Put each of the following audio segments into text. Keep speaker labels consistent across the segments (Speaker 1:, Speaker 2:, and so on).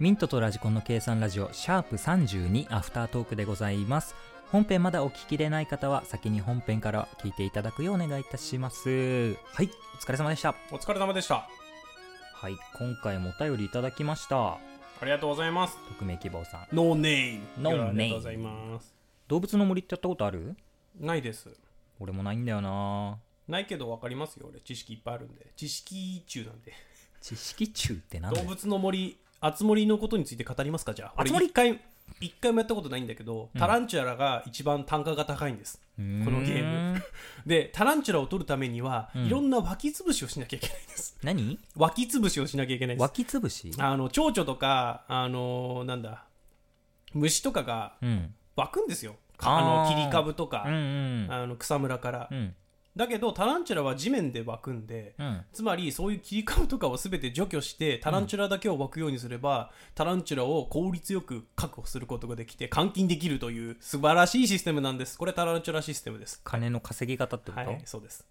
Speaker 1: ミントとラジコンの計算ラジオシャープ32アフタートークでございます本編まだお聞きでない方は先に本編から聞いていただくようお願いいたしますはいお疲れ様でした
Speaker 2: お疲れ様でした
Speaker 1: はい今回もお便りいただきました
Speaker 2: ありがとうございます
Speaker 1: 匿名希望さん
Speaker 2: ノーネーム
Speaker 1: No
Speaker 2: ありがとうございます
Speaker 1: 動物の森ってやったことある
Speaker 2: ないです
Speaker 1: 俺もないんだよな
Speaker 2: ないけど分かりますよ俺知識いっぱいあるんで知識中なんで
Speaker 1: 知識中ってなんだ
Speaker 2: 動
Speaker 1: よ
Speaker 2: 物の森あつ森のことについて語りますかじゃあ
Speaker 1: あつ森
Speaker 2: 俺一回一回もやったことないんだけど、タランチュラが一番単価が高いんです
Speaker 1: うーん
Speaker 2: このゲームでタランチュラを取るためには、いろんな湧き潰しをしなきゃいけ ないんです
Speaker 1: 何
Speaker 2: 湧き潰しをしなきゃいけないんです
Speaker 1: 湧きつぶし
Speaker 2: あの蝶々とかあのなんだ虫とかが
Speaker 1: うん
Speaker 2: 湧くんですよか
Speaker 1: あー
Speaker 2: あの切り株と
Speaker 1: うんう
Speaker 2: か、
Speaker 1: ん
Speaker 2: あの草むらから、
Speaker 1: うん
Speaker 2: だけどタランチュラは地面で湧くんで、
Speaker 1: うん
Speaker 2: つまりそういう切り株とかを全て除去してタランチュラだけを湧くようにすれば、タランチュラを効率よく確保することができて換金できるという素晴らしいシステムなんですこれタランチュラシステムです
Speaker 1: 金の稼ぎ方ってこ
Speaker 2: は
Speaker 1: と、
Speaker 2: いそうです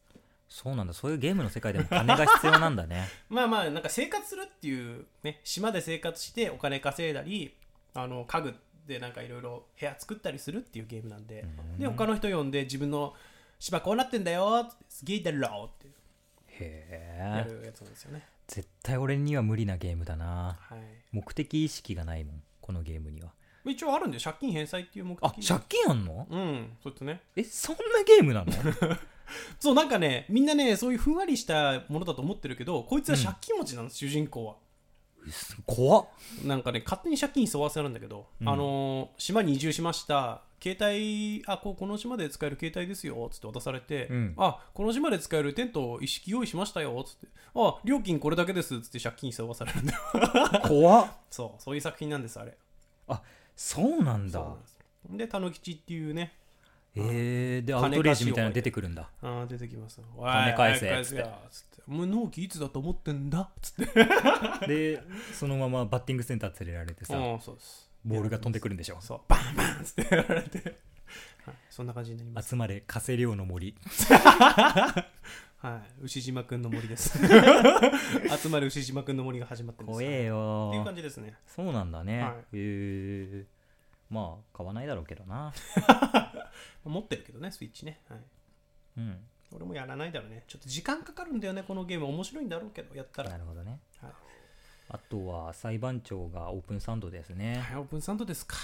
Speaker 1: そうなんだそういうゲームの世界でも金が必要なんだね
Speaker 2: まあまあなんか生活するっていうね島で生活してお金稼いだりあの家具でなんかいろいろ部屋作ったりするっていうゲームなんでで他の人呼んで自分の芝こうなってんだよってすげえだろってや
Speaker 1: へえ
Speaker 2: るやつなんですよね
Speaker 1: 絶対俺には無理なゲームだな
Speaker 2: はい
Speaker 1: 目的意識がないもんこのゲームには
Speaker 2: 一応あるんで借金返済っていう目的
Speaker 1: あ借金あんの
Speaker 2: うんそうですね
Speaker 1: えそんなゲームなの
Speaker 2: そうなんかねみんなねそういうふんわりしたものだと思ってるけどこいつは借金持ちなんです、主人公は
Speaker 1: 怖っ
Speaker 2: なんかね勝手に借金背負わせなんだけど、あのー島に移住しました携帯あこうこの島で使える携帯ですよつって渡されて、
Speaker 1: うん
Speaker 2: あこの島で使えるテント一式用意しましたよつってあ料金これだけですつって借金背負わされるんだよ
Speaker 1: 怖っ
Speaker 2: そうそういう作品なんですあれ
Speaker 1: あそうなんだ
Speaker 2: そうなんですでタヌキチっていうね
Speaker 1: えー、でア
Speaker 2: 金
Speaker 1: ウト
Speaker 2: 貸し
Speaker 1: レイジみたいなの出てくるんだ
Speaker 2: あー出てきますよ
Speaker 1: 金返せ
Speaker 2: おい早くよつってお前納期いつだと思ってんだつって
Speaker 1: でそのままバッティングセンター連れられてさ、
Speaker 2: うんそうです
Speaker 1: ボールが飛んでくるんでしょ
Speaker 2: そうバンバンつってやられて、はい、そんな感じになります
Speaker 1: 集まれ稼量の森
Speaker 2: はい、牛島くんの森 です。集まる牛島くんの森が始まってます。
Speaker 1: 怖えよ
Speaker 2: っていう感じですね。
Speaker 1: そうなんだね、
Speaker 2: はい
Speaker 1: へえまあ買わないだろうけどな
Speaker 2: 持ってるけどね、スイッチね。はい。
Speaker 1: うん
Speaker 2: 俺もやらないだろうね。ちょっと時間かかるんだよね、このゲーム。面白いんだろうけど、やったら。
Speaker 1: なるほどね
Speaker 2: はい、
Speaker 1: あとは裁判長がオープンサンドですね、
Speaker 2: はい、オープンサンドですか。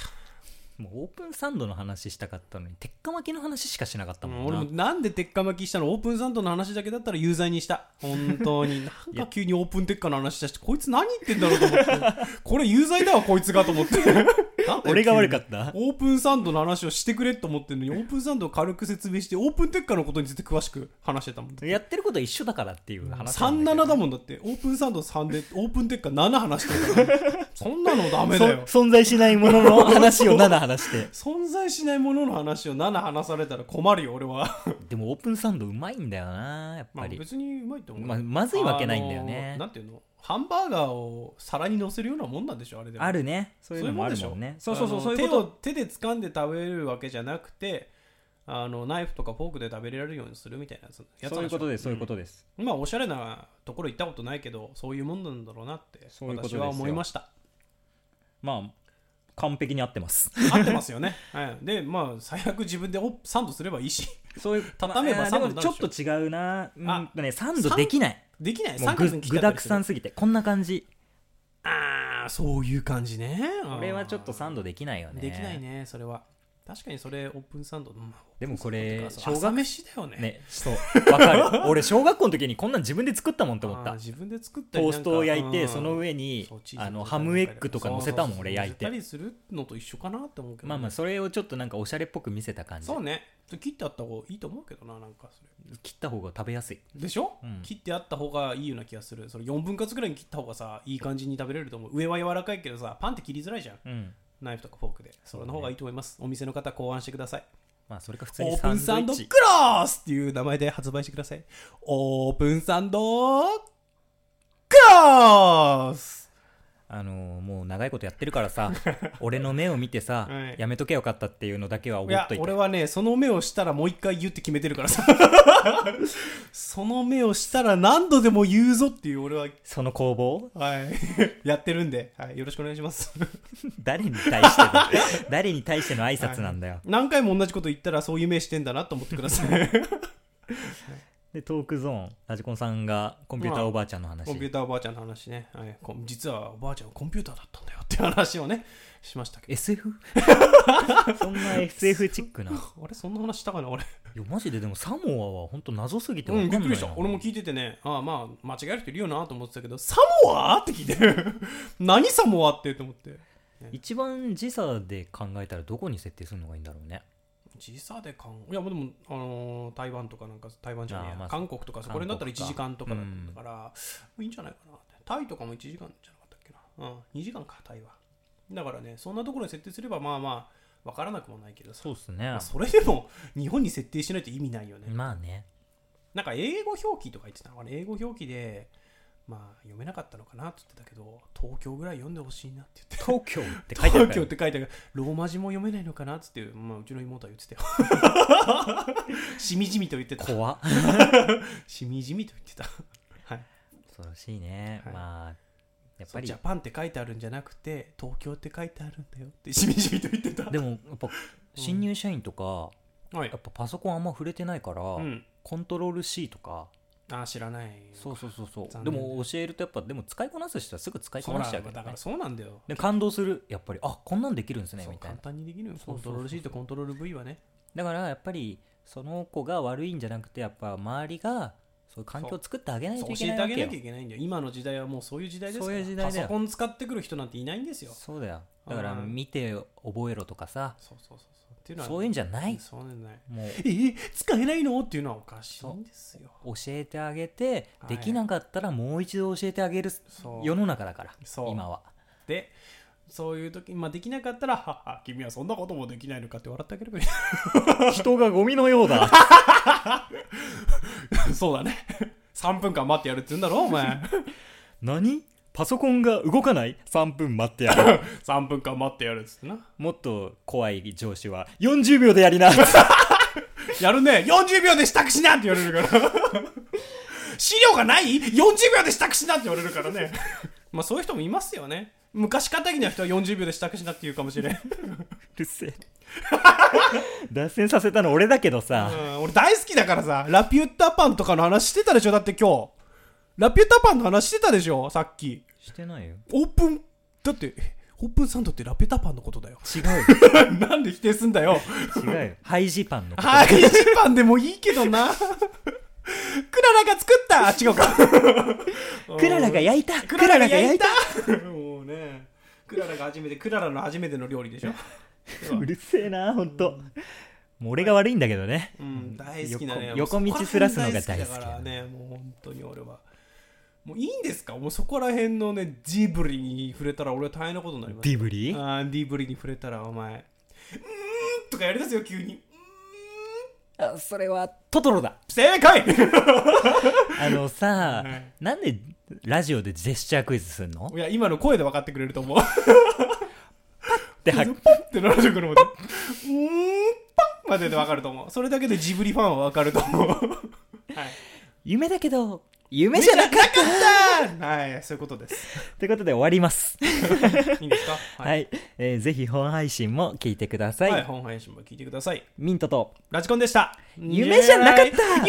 Speaker 1: もうオープンサンドの話したかったのに鉄火巻きの話しかしなかった
Speaker 2: う
Speaker 1: もん
Speaker 2: ん
Speaker 1: な、
Speaker 2: 俺もなんで鉄火巻きしたのオープンサンドの話だけだったら有罪にした。本 当に。なんか急にオープン鉄火の話しだして、こいつ何言ってんだろうと思って。これ有罪だわ、こいつがと 思って。なんだよ
Speaker 1: 俺が悪か
Speaker 2: 急に
Speaker 1: った
Speaker 2: オープンサンドの話をしてくれと思ってるのに、オープンサンドを軽く説明して、オープンテッカーのことについて詳しく話してたもん。
Speaker 1: やってることは一緒だからっていう話なんけど
Speaker 2: 37だもんだって、オープンサンド3で、オープンテッカー7話してるから、そんなのダメだよ。
Speaker 1: そ存在しないものの話を7話して
Speaker 2: 存在しないものの話を7話されたら困るよ、俺は。
Speaker 1: でもオープンサンドうまいんだよなやっ
Speaker 2: ま
Speaker 1: ぱ
Speaker 2: あ
Speaker 1: り、
Speaker 2: 別にうまいと思う。
Speaker 1: ままずいわけないんだよね
Speaker 2: あのなんていうのハンバーガーを皿に乗せるようなもんなんでしょ、あれでも。
Speaker 1: あるねそういうのもあ
Speaker 2: ん
Speaker 1: る
Speaker 2: でしょ
Speaker 1: もんね
Speaker 2: そうそうそう
Speaker 1: あの
Speaker 2: 手を手で掴んで食べるわけじゃなくてあのナイフとかフォークで食べれるようにするみたいなやつ
Speaker 1: 手
Speaker 2: や
Speaker 1: を
Speaker 2: つ
Speaker 1: そう
Speaker 2: ないん
Speaker 1: う
Speaker 2: でし
Speaker 1: こ
Speaker 2: ょ
Speaker 1: とですそういうことです、
Speaker 2: うんまあおしゃれなところ行ったことないけどそういうもんなんだろうなって
Speaker 1: そういうことです
Speaker 2: 私
Speaker 1: よ
Speaker 2: は思いました
Speaker 1: まあ完璧に合ってます
Speaker 2: 合ってますよね、 はい、でまあ最悪自分でおサンドすればいいし
Speaker 1: そういう
Speaker 2: 畳めば
Speaker 1: まあ
Speaker 2: サンド
Speaker 1: で
Speaker 2: に
Speaker 1: も
Speaker 2: な
Speaker 1: ち
Speaker 2: る
Speaker 1: ょ
Speaker 2: で
Speaker 1: っ
Speaker 2: しょ
Speaker 1: と違うなうん
Speaker 2: あ
Speaker 1: とねサンドできない
Speaker 2: できない
Speaker 1: もう
Speaker 2: 三角
Speaker 1: 具
Speaker 2: に切
Speaker 1: 具
Speaker 2: った
Speaker 1: だ
Speaker 2: り
Speaker 1: く
Speaker 2: す
Speaker 1: さん
Speaker 2: る
Speaker 1: すぎてこんな感じ
Speaker 2: ああそういう感じねあー
Speaker 1: これはちょっとサンドできないよね
Speaker 2: できないねそれは確かにそれオープンサンド、うん
Speaker 1: でもこれ
Speaker 2: そう朝飯だよね
Speaker 1: ねそうわかる 俺小学校の時にこんなん自分で作ったもんと思っ
Speaker 2: あー
Speaker 1: た
Speaker 2: 自分で作っ
Speaker 1: ト
Speaker 2: たり
Speaker 1: ーストを焼いて
Speaker 2: なんか
Speaker 1: その
Speaker 2: うん
Speaker 1: 上に
Speaker 2: そうチーズ
Speaker 1: あの
Speaker 2: とか
Speaker 1: ハムエッグとか乗せたもん
Speaker 2: そうそうそう
Speaker 1: 俺焼い
Speaker 2: 乗せた
Speaker 1: て
Speaker 2: りするのと一緒かなって思うけど
Speaker 1: まあまあそれをちょっとなんかおしゃれっぽく見せた感じ
Speaker 2: そうね切ってあった方がいいと思うけどななんかそれ
Speaker 1: 切った方が食べやすい
Speaker 2: でしょ、
Speaker 1: うん
Speaker 2: 切ってあった方がいいような気がするそれ4分割ぐらいに切った方がさいい感じに食べれると思う上は柔らかいけどさパンって切りづらいじゃん
Speaker 1: うん
Speaker 2: ナイフとかフォークでそれの方がいいと思います、お店の方考案してください
Speaker 1: まあそれか普通
Speaker 2: オ
Speaker 1: に
Speaker 2: ー
Speaker 1: サ
Speaker 2: プン
Speaker 1: ンド
Speaker 2: サ
Speaker 1: イ
Speaker 2: ンド
Speaker 1: ッ
Speaker 2: ク
Speaker 1: チ
Speaker 2: ロスっていう名前で発売してくださいオープンサンドクロス
Speaker 1: あのもう長いことやってるから さ俺の目を見てさ、
Speaker 2: はい
Speaker 1: やめとけよかったっていうのだけは思
Speaker 2: い
Speaker 1: っ
Speaker 2: や
Speaker 1: といて
Speaker 2: 俺はねその目をしたらもう一回言うって決めてるからさその目をしたら何度でも言うぞっていう俺は、
Speaker 1: その攻防
Speaker 2: はい、やってるんで、はい、よろしくお願いします
Speaker 1: 誰に対しての 誰に対しての挨拶なんだよ、
Speaker 2: 何回も同じこと言ったらそういう目してんだなと思ってください
Speaker 1: でトークゾーンラジコンさんがコンピューターおばあちゃんの話、
Speaker 2: コンピューターおばあちゃんの話ね、はい、こん実はおばあちゃんはコンピューターだったんだよって話をねしましたけど
Speaker 1: SF? そんな SF チックな。い
Speaker 2: あれそんな話したかな俺
Speaker 1: や、マジででもサモアは本当謎すぎてわ
Speaker 2: う
Speaker 1: かん
Speaker 2: ん、
Speaker 1: な
Speaker 2: び
Speaker 1: い
Speaker 2: っ
Speaker 1: な、
Speaker 2: くりした。俺も聞いててね、ああ、まあ、間違える人いるよなと思ってたけど、サモアって聞いて、 何サモアってと思って。
Speaker 1: 一番時差で考えたらどこに設定するのがいいんだろうね。
Speaker 2: 時差で韓いや、でも、あのー台湾とかなんか、台湾じゃねえ
Speaker 1: あ
Speaker 2: や
Speaker 1: あまあ
Speaker 2: 韓国とか、そこら辺だったら1時間とかだったから、もういいんじゃないかなって。タイとかも1時間じゃなかったっけな。うん、2時間か、タイは。だからね、そんなところに設定すれば、まあまあ、わからなくもないけどさ。
Speaker 1: そうっすね
Speaker 2: まあ。それでも、日本に設定しないと意味ないよね。
Speaker 1: まあね。
Speaker 2: なんか英語表記とか言ってたのかな英語表記で、まあ、読めなかったのかなって言ってたけど、東京ぐらい読んでほしいなって言って。
Speaker 1: 東京って書いてあるか
Speaker 2: 東京
Speaker 1: ら
Speaker 2: っ。て書いてあるローマ字も読めないのかなっつって、まあ、うちの妹は言ってたよ。しみじみと言ってた。
Speaker 1: 怖っ。
Speaker 2: しみじみと言ってた。はい、
Speaker 1: 恐ろしいね。
Speaker 2: はい
Speaker 1: まあ、やっぱ
Speaker 2: ジ
Speaker 1: り
Speaker 2: ャ、パンって書いてあるんじゃなくて、東京って書いてあるんだよってしみじみと言ってた。
Speaker 1: でもやっぱ、新入社員とか、
Speaker 2: はい
Speaker 1: やっぱパソコンあんま触れてないから、
Speaker 2: うん、
Speaker 1: コントロール C とか、
Speaker 2: ああ、知らない。
Speaker 1: そうそうそうそう。
Speaker 2: 残
Speaker 1: で
Speaker 2: 念
Speaker 1: も教えるとやっぱ、でも使いこなす人はすぐ使いこ
Speaker 2: そう
Speaker 1: な
Speaker 2: な
Speaker 1: し
Speaker 2: ん
Speaker 1: ちゃ
Speaker 2: だ
Speaker 1: うけど
Speaker 2: だ
Speaker 1: ね
Speaker 2: から。そうなんだよ。
Speaker 1: でカン動するやっぱりあこんなんできるんですね
Speaker 2: そう
Speaker 1: みたい
Speaker 2: 簡
Speaker 1: な
Speaker 2: 単にできるよ。
Speaker 1: そ
Speaker 2: コ
Speaker 1: う
Speaker 2: ン
Speaker 1: そうそうそう
Speaker 2: トロール C とコントロール V はね。
Speaker 1: だからやっぱりその子が悪いんじゃなくてやっぱ周りがそういう環境を作ってあげない
Speaker 2: そ
Speaker 1: と
Speaker 2: う
Speaker 1: い
Speaker 2: 教
Speaker 1: けな
Speaker 2: え
Speaker 1: い
Speaker 2: てあ
Speaker 1: わ
Speaker 2: げ
Speaker 1: け
Speaker 2: な
Speaker 1: よ
Speaker 2: きゃいけないんだよ今の時代はもうそういう時代ですか
Speaker 1: そう
Speaker 2: ら
Speaker 1: いう時代だよ
Speaker 2: パソコン使ってくる人なんていないんですよそ
Speaker 1: そうだよ
Speaker 2: うん
Speaker 1: だから見て覚えろとかさ
Speaker 2: うそうそうそうっていうのは
Speaker 1: そういうんじゃない
Speaker 2: そうじゃない
Speaker 1: もう
Speaker 2: え使えないのっていうのはおかしいんですよ
Speaker 1: 教えてあげて
Speaker 2: は
Speaker 1: で
Speaker 2: い
Speaker 1: きなかったらもう一度教えてあげる
Speaker 2: そう
Speaker 1: 世の中だから
Speaker 2: そう
Speaker 1: 今 は
Speaker 2: でそういう時、まあ、できなかったら「はっは君はそんなこともできないのか」って笑ってあげればい い
Speaker 1: 人がゴミのようだ
Speaker 2: そうだね3分間待ってやるって言うんだろお 前
Speaker 1: 何パソコンが動かない3分待ってやる
Speaker 2: 3分間待ってやるっつってな
Speaker 1: もっと怖い上司は40秒でやり な
Speaker 2: やるね40秒で支度しなって言われるから資料がない ?40 秒で支度しなって言われるからねまあそういう人もいますよね昔肩着の人は40秒で支度しなって言うかもしれん
Speaker 1: るせえ脱線させたの俺だけどさ
Speaker 2: うん俺大好きだからさラピュッタパンとかの話してたでしょだって今日ラピュッタパンの話してたでしょさっき
Speaker 1: してないよ
Speaker 2: オープンだってえオープンサンドってラピュッタパンのことだよ
Speaker 1: 違うよ
Speaker 2: なんで否定すんだよ
Speaker 1: 違うよ。 ハイジパンのこと
Speaker 2: はい、一番でもいいけどな。クララが作ったあ、違うか。
Speaker 1: クララが焼いた
Speaker 2: クララが焼いた もうね。クララが初めて、クララの初めての料理でしょ。
Speaker 1: うるせえな、ほんと。もう俺が悪いんだけどね。
Speaker 2: うん、大好きなね。
Speaker 1: 横
Speaker 2: もう
Speaker 1: 横道すらすのが大好きだ
Speaker 2: そこら辺からね、もう本当に俺は。もういいんですかもうそこら辺のね、ジブリに触れたら俺は大変なことになります
Speaker 1: デ。ィブリ
Speaker 2: あーディブリに触れたらお前、うーんとかやりだすよ、急に。
Speaker 1: あそれはトトロだ。
Speaker 2: 正解
Speaker 1: あのさ
Speaker 2: はい、
Speaker 1: なんでラジオでジェスチャークイズすんの
Speaker 2: いや、今の声で分かってくれると思う。
Speaker 1: で、は
Speaker 2: ってなるところまで。うーん、パンまででわかると思う。それだけでジブリファンはわかると思う。はい。
Speaker 1: 夢だけど、夢じゃなかった
Speaker 2: はい、そういうことです。
Speaker 1: ということで終わります。
Speaker 2: いいんですか
Speaker 1: は。い。えーぜひ本配信も聞いてくださ
Speaker 2: はい、
Speaker 1: い。
Speaker 2: 本配信も聞いてください。
Speaker 1: ミントと、
Speaker 2: ラジコンでした。
Speaker 1: 夢じゃなかった
Speaker 2: 夢じゃな